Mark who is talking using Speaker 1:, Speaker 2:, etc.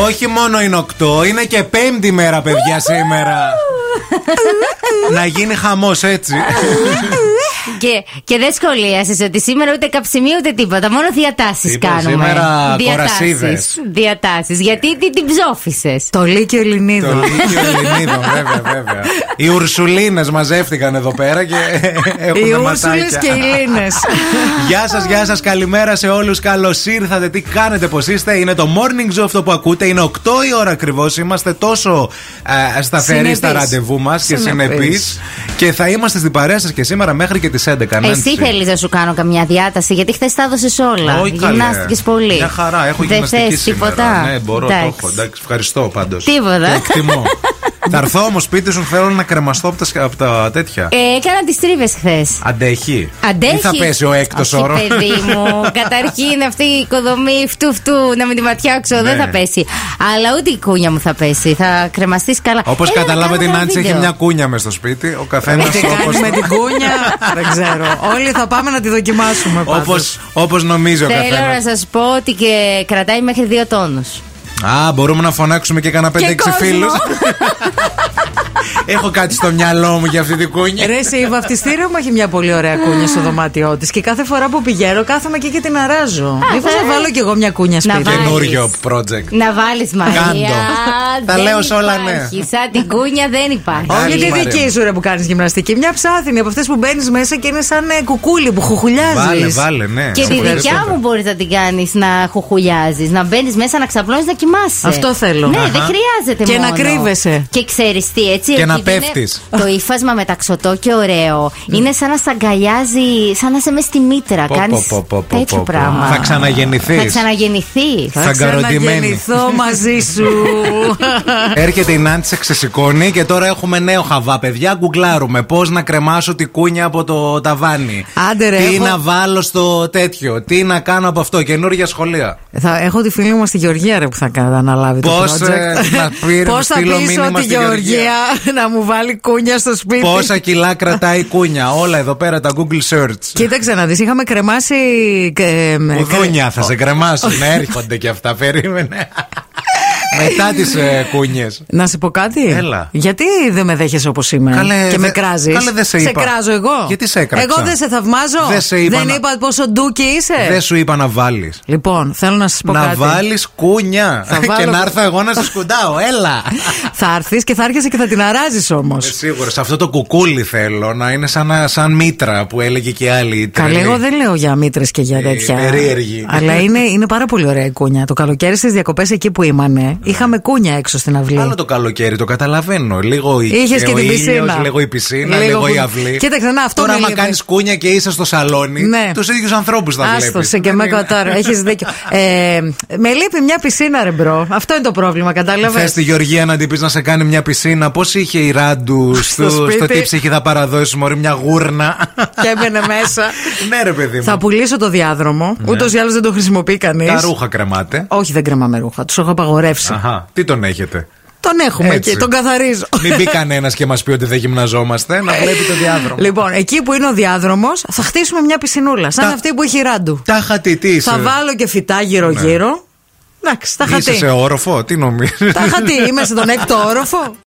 Speaker 1: όχι μόνο είναι 8, είναι και πέμπτη μέρα, παιδιά, σήμερα. Να γίνει χαμός έτσι.
Speaker 2: Και, και δεν σχολίασες ότι σήμερα ούτε καψιμί ούτε τίποτα. Μόνο διατάσεις
Speaker 1: Τίποτα,
Speaker 2: κάνουμε.
Speaker 1: σήμερα κορασίδες. Ε.
Speaker 2: διατάσεις, διατάσεις. Γιατί την, την ψόφισες.
Speaker 3: Το Λύκειο
Speaker 1: Το
Speaker 3: Ελληνίδων.
Speaker 1: Λύκειο Ελληνίδων, βέβαια, βέβαια. Οι Ουρσουλίνες μαζεύτηκαν εδώ πέρα και έχουν
Speaker 3: Οι Ούρσουλες και οι Λίνες.
Speaker 1: Γεια σας, γεια σας, καλημέρα σε όλους. Καλώς ήρθατε. Τι κάνετε, πώς είστε. Είναι το morning zoo αυτό που ακούτε. Είναι 8 η ώρα ακριβώς. Είμαστε τόσο ε, σταθεροί
Speaker 3: Συνεπείς.
Speaker 1: στα ραντεβού μας και
Speaker 3: Συνεπείς.
Speaker 1: συνεπείς. Και θα είμαστε στην παρέα σας και σήμερα μέχρι και τις 11.
Speaker 2: Εσύ θέλεις να σου κάνω καμιά διάταση, γιατί χθες τα έδωσες όλα.
Speaker 1: Όχι, καλέ.
Speaker 2: Γυμνάστηκες πολύ.
Speaker 1: Μια χαρά, έχω
Speaker 2: Δεν
Speaker 1: γυμναστική
Speaker 2: θες
Speaker 1: σήμερα.
Speaker 2: τίποτα.
Speaker 1: Ναι, μπορώ, το
Speaker 2: Εντάξει.
Speaker 1: έχω. Εντάξει, ευχαριστώ πάντως.
Speaker 2: Τίποτα.
Speaker 1: Το εκτιμώ. Θα έρθω όμως σπίτι σου, θέλω να κρεμαστώ από τα, σκα- από τα τέτοια.
Speaker 2: Ε, έκανα τις τρίβες χθες.
Speaker 1: Αντέχει.
Speaker 2: Αντέχει.
Speaker 1: Ή θα πέσει ο έκτο
Speaker 2: Όχι,
Speaker 1: όρο.
Speaker 2: παιδί μου. Καταρχήν αυτή η οικοδομή φτού-φτού να μην τη ματιάξω δεν
Speaker 1: Ναι.
Speaker 2: θα πέσει. Αλλά ούτε η κούνια μου θα πέσει. Θα κρεμαστείς καλά.
Speaker 1: Όπως
Speaker 2: Έλα να
Speaker 1: καταλάβατε, η
Speaker 2: κάνουμε
Speaker 1: Νάντση
Speaker 2: ένα
Speaker 1: έχει
Speaker 2: βίντεο.
Speaker 1: μια κούνια μες στο σπίτι. Ο καθένας
Speaker 3: Τι κάνει με την κούνια, δεν ξέρω. Όλοι θα πάμε να τη δοκιμάσουμε
Speaker 1: Όπως
Speaker 3: πάντως.
Speaker 1: όπως νομίζει ο
Speaker 2: Θέλω
Speaker 1: καθένας.
Speaker 2: να σας πω ότι και κρατάει μέχρι δύο τόνους.
Speaker 1: Α, μπορούμε να φωνάξουμε και κανένα 5-6
Speaker 2: κόσμο.
Speaker 1: φίλους. Έχω κάτι στο μυαλό μου για αυτή την κούνια.
Speaker 3: Ρε, σε η βαφτιστήριο μου έχει μια πολύ ωραία κούνια στο δωμάτιό της. Και κάθε φορά που πηγαίνω, κάθομαι εκεί και την αράζω. Μήπω
Speaker 2: θα
Speaker 3: θα βάλω κι εγώ μια κούνια σπίτι.
Speaker 2: βάλεις.
Speaker 1: Καινούριο project.
Speaker 2: Να βάλεις Μαρία.
Speaker 1: Κάντο. Τα
Speaker 2: δεν
Speaker 1: λέω σε όλα,
Speaker 2: υπάρχει.
Speaker 1: ναι.
Speaker 2: Σαν την κούνια δεν υπάρχει.
Speaker 3: Όχι
Speaker 1: Άλλη
Speaker 3: τη
Speaker 1: Μαρία.
Speaker 3: δική σου ρε που κάνεις γυμναστική. Μια ψάθινη από αυτές που μπαίνεις μέσα και είναι σαν ε, κουκούλι που χουχουλιάζεις.
Speaker 1: Βάλε, βάλε, ναι.
Speaker 2: Και τη
Speaker 1: Ευχαριστώ.
Speaker 2: δικιά μου μπορείς να την κάνεις να χουχουλιάζεις, να μπαίνεις μέσα, να ξαπλώνεις, να κοιμάσαι.
Speaker 3: Αυτό θέλω.
Speaker 2: Ναι,
Speaker 3: Αχα.
Speaker 2: δεν χρειάζεται
Speaker 3: Και να
Speaker 2: μόνο.
Speaker 3: κρύβεσαι.
Speaker 2: Και ξέρεις τι, έτσι.
Speaker 1: Και να
Speaker 2: εκεί δεν είναι-
Speaker 1: πέφτεις. Ναι.
Speaker 2: Το ύφασμα μεταξωτό και ωραίο. Είναι σαν να σ' αγκαλιάζει, σαν να σε μες στη μήτρα.
Speaker 1: Πω,
Speaker 2: Κάνεις
Speaker 1: πω, πω, πω, πω,
Speaker 2: τέτοιο
Speaker 1: πω.
Speaker 2: πράγμα.
Speaker 1: Θα ξαναγεννηθείς.
Speaker 2: Θα ξαναγεννηθεί.
Speaker 1: Θα αγκαροντημένη.
Speaker 3: ξαναγεννηθώ μαζί σου.
Speaker 1: Έρχεται η Νάντι, σε ξεσηκώνει και τώρα έχουμε νέο χαβά, παιδιά. Γκουγκλάρουμε πώς να κρεμάσω τη κούνια από το ταβάνι.
Speaker 3: Άντε, ρε,
Speaker 1: τι
Speaker 3: έχω-
Speaker 1: να βάλω στο τέτοιο, τι να κάνω από αυτό, καινούργια σχολεία.
Speaker 3: θα έχω τη φίλη μου στη Γεωργία ρε, που θα κα- αναλάβει
Speaker 1: Πώς,
Speaker 3: το project.
Speaker 1: ε, να πήρε-
Speaker 3: Πώς θα
Speaker 1: στείλω
Speaker 3: πείσω
Speaker 1: μήνυμα
Speaker 3: τη
Speaker 1: στη Γεωργία.
Speaker 3: Γεωργία να μου βάλει κούνια στο σπίτι.
Speaker 1: Πόσα κιλά κρατάει η κούνια, όλα εδώ πέρα τα Google search.
Speaker 3: Κοίταξε να δεις, είχαμε κρεμάσει... ε, με-
Speaker 1: Κουδούνια θα σε κρεμάσουν, έρχονται και αυτά, περίμενε. Μετά τις ε, κούνιες.
Speaker 3: Να σε πω κάτι.
Speaker 1: Έλα.
Speaker 3: Γιατί δεν με δέχεσαι όπως είμαι
Speaker 1: Καλέ,
Speaker 3: και με
Speaker 1: δε-
Speaker 3: κράζεις.
Speaker 1: καλέ, δεν σε είπα.
Speaker 3: κράζω εγώ.
Speaker 1: Γιατί σε έκραξα.
Speaker 3: Εγώ δεν σε θαυμάζω.
Speaker 1: Δεν σε είπα να-
Speaker 3: είπα πόσο ντούκι
Speaker 2: Ε.
Speaker 3: είσαι.
Speaker 1: Δεν σου είπα να βάλεις.
Speaker 3: Λοιπόν, θέλω να σας πω
Speaker 1: Να
Speaker 3: κάτι.
Speaker 1: βάλεις κούνια.
Speaker 3: Θα
Speaker 1: Και
Speaker 3: βάλω-
Speaker 1: να έρθω εγώ να σε σκουντάω, έλα.
Speaker 3: Θα έρθεις και θα έρχεσαι και θα την αράζεις όμως.
Speaker 1: Ε, Σίγουρα, σε αυτό το κουκούλι θέλω να είναι σαν, να- σαν μήτρα που έλεγε και η άλλη. η τρελή.
Speaker 3: Καλέ, εγώ δεν λέω για μήτρες και για
Speaker 1: Ε,
Speaker 3: τέτοια.
Speaker 1: περίεργη.
Speaker 3: Αλλά είναι, είναι πάρα πολύ ωραία η κούνια. Το καλοκαίρι στις διακοπές εκεί που ήμανε, είχαμε κούνια έξω στην αυλή.
Speaker 1: Άλλο το καλοκαίρι, το καταλαβαίνω. Λίγο η
Speaker 3: Είχες και
Speaker 1: ο
Speaker 3: την
Speaker 1: ήλιος,
Speaker 3: πισίνα.
Speaker 1: Λίγο η πισίνα, λίγο,
Speaker 3: Λίγο
Speaker 1: η
Speaker 3: που-
Speaker 1: αυλή.
Speaker 3: Κοίταξε, να, αυτό
Speaker 1: Τώρα,
Speaker 3: με
Speaker 1: άμα
Speaker 3: λείπει.
Speaker 1: κάνει κούνια και είσαι στο σαλόνι,
Speaker 3: Ναι.
Speaker 1: τους ίδιους ανθρώπους θα βλέπει.
Speaker 3: Άστο σε και με τώρα, έχεις δίκιο. Ε, με λείπει μια πισίνα, ρε μπρο. Αυτό είναι το πρόβλημα, κατάλαβες.
Speaker 1: Θες τη Γεωργία να την πεις να σε κάνει μια πισίνα. Πώς είχε η ράντου στο, στο
Speaker 3: σπίτι.
Speaker 1: τι ψυχή θα παραδώσει, Μωρή, μια γούρνα.
Speaker 3: Και έμπαινε μέσα.
Speaker 1: ναι, ρε παιδί μου. Ναι.
Speaker 3: Θα πουλήσω το διάδρομο. Ούτως ή άλλως δεν το χρησιμοποιεί κανείς.
Speaker 1: Τα ρούχα κρεμάτε.
Speaker 3: Όχι, δεν κρεμάμε ρούχα. Τους έχω απαγορεύσει.
Speaker 1: Αχα. Τι τον έχετε.
Speaker 3: Τον έχουμε
Speaker 1: Έτσι.
Speaker 3: εκεί, τον καθαρίζω.
Speaker 1: Μην μπει κανένας και μας πει ότι δεν γυμναζόμαστε. Να βλέπει το διάδρομο.
Speaker 3: Λοιπόν, εκεί που είναι ο διάδρομος, θα χτίσουμε μια πισινούλα. Σαν
Speaker 1: Τα-
Speaker 3: αυτή που έχει ράντου.
Speaker 1: Τα χατή, τι είσαι. Ναι.
Speaker 3: Θα βάλω και φυτά γύρω-γύρω. Εντάξει, τα
Speaker 1: Είσαι
Speaker 3: χατή.
Speaker 1: σε όροφο, τι νομίζεις.
Speaker 3: Τα χατή, είμαι στον έκτο όροφο.